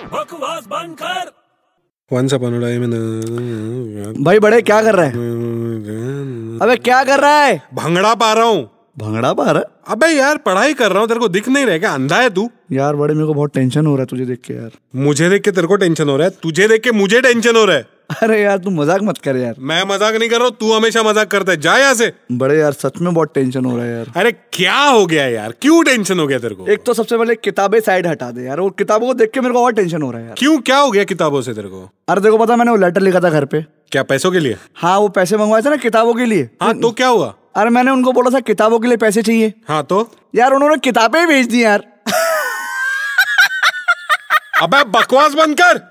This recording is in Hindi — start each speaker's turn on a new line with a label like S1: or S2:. S1: आवाज बंद कर
S2: once upon a time in
S3: भाई बड़े क्या कर रहा है अबे क्या कर रहा है
S2: भंगड़ा पा रहा हूँ
S3: भंगड़ा पा रहा
S2: अबे यार पढ़ाई कर रहा हूँ तेरे को दिख नहीं रहा है क्या अंधा है तू
S3: है यार बड़े मेरे को बहुत टेंशन हो रहा है तुझे देख के यार
S2: मुझे देख के तेरे को टेंशन हो रहा है तुझे देख के मुझे टेंशन हो रहा है
S3: अरे यार तू मजाक मत कर यार
S2: मैं मजाक नहीं कर रहा हूँ तू हमेशा मजाक करता है जा यहाँ से
S3: बड़े यार सच में बहुत टेंशन हो रहा है यार
S2: अरे क्या हो गया यार क्यों टेंशन हो गया तेरे को
S3: एक तो सबसे पहले किताबें साइड हटा दे यार वो किताबों को देख के मेरे को और टेंशन हो रहा है यार
S2: क्यों क्या हो गया किताबों से तेरे को
S3: अरे देखो पता है, मैंने वो लेटर लिखा था घर पे
S2: क्या पैसों के लिए
S3: हाँ वो पैसे मंगवाए थे ना किताबों के लिए
S2: हाँ तो क्या हुआ
S3: अरे मैंने उनको बोला था किताबों के लिए पैसे चाहिए
S2: हाँ तो
S3: यार उन्होंने किताबें भेज दी यार
S2: अबे बकवास बंद कर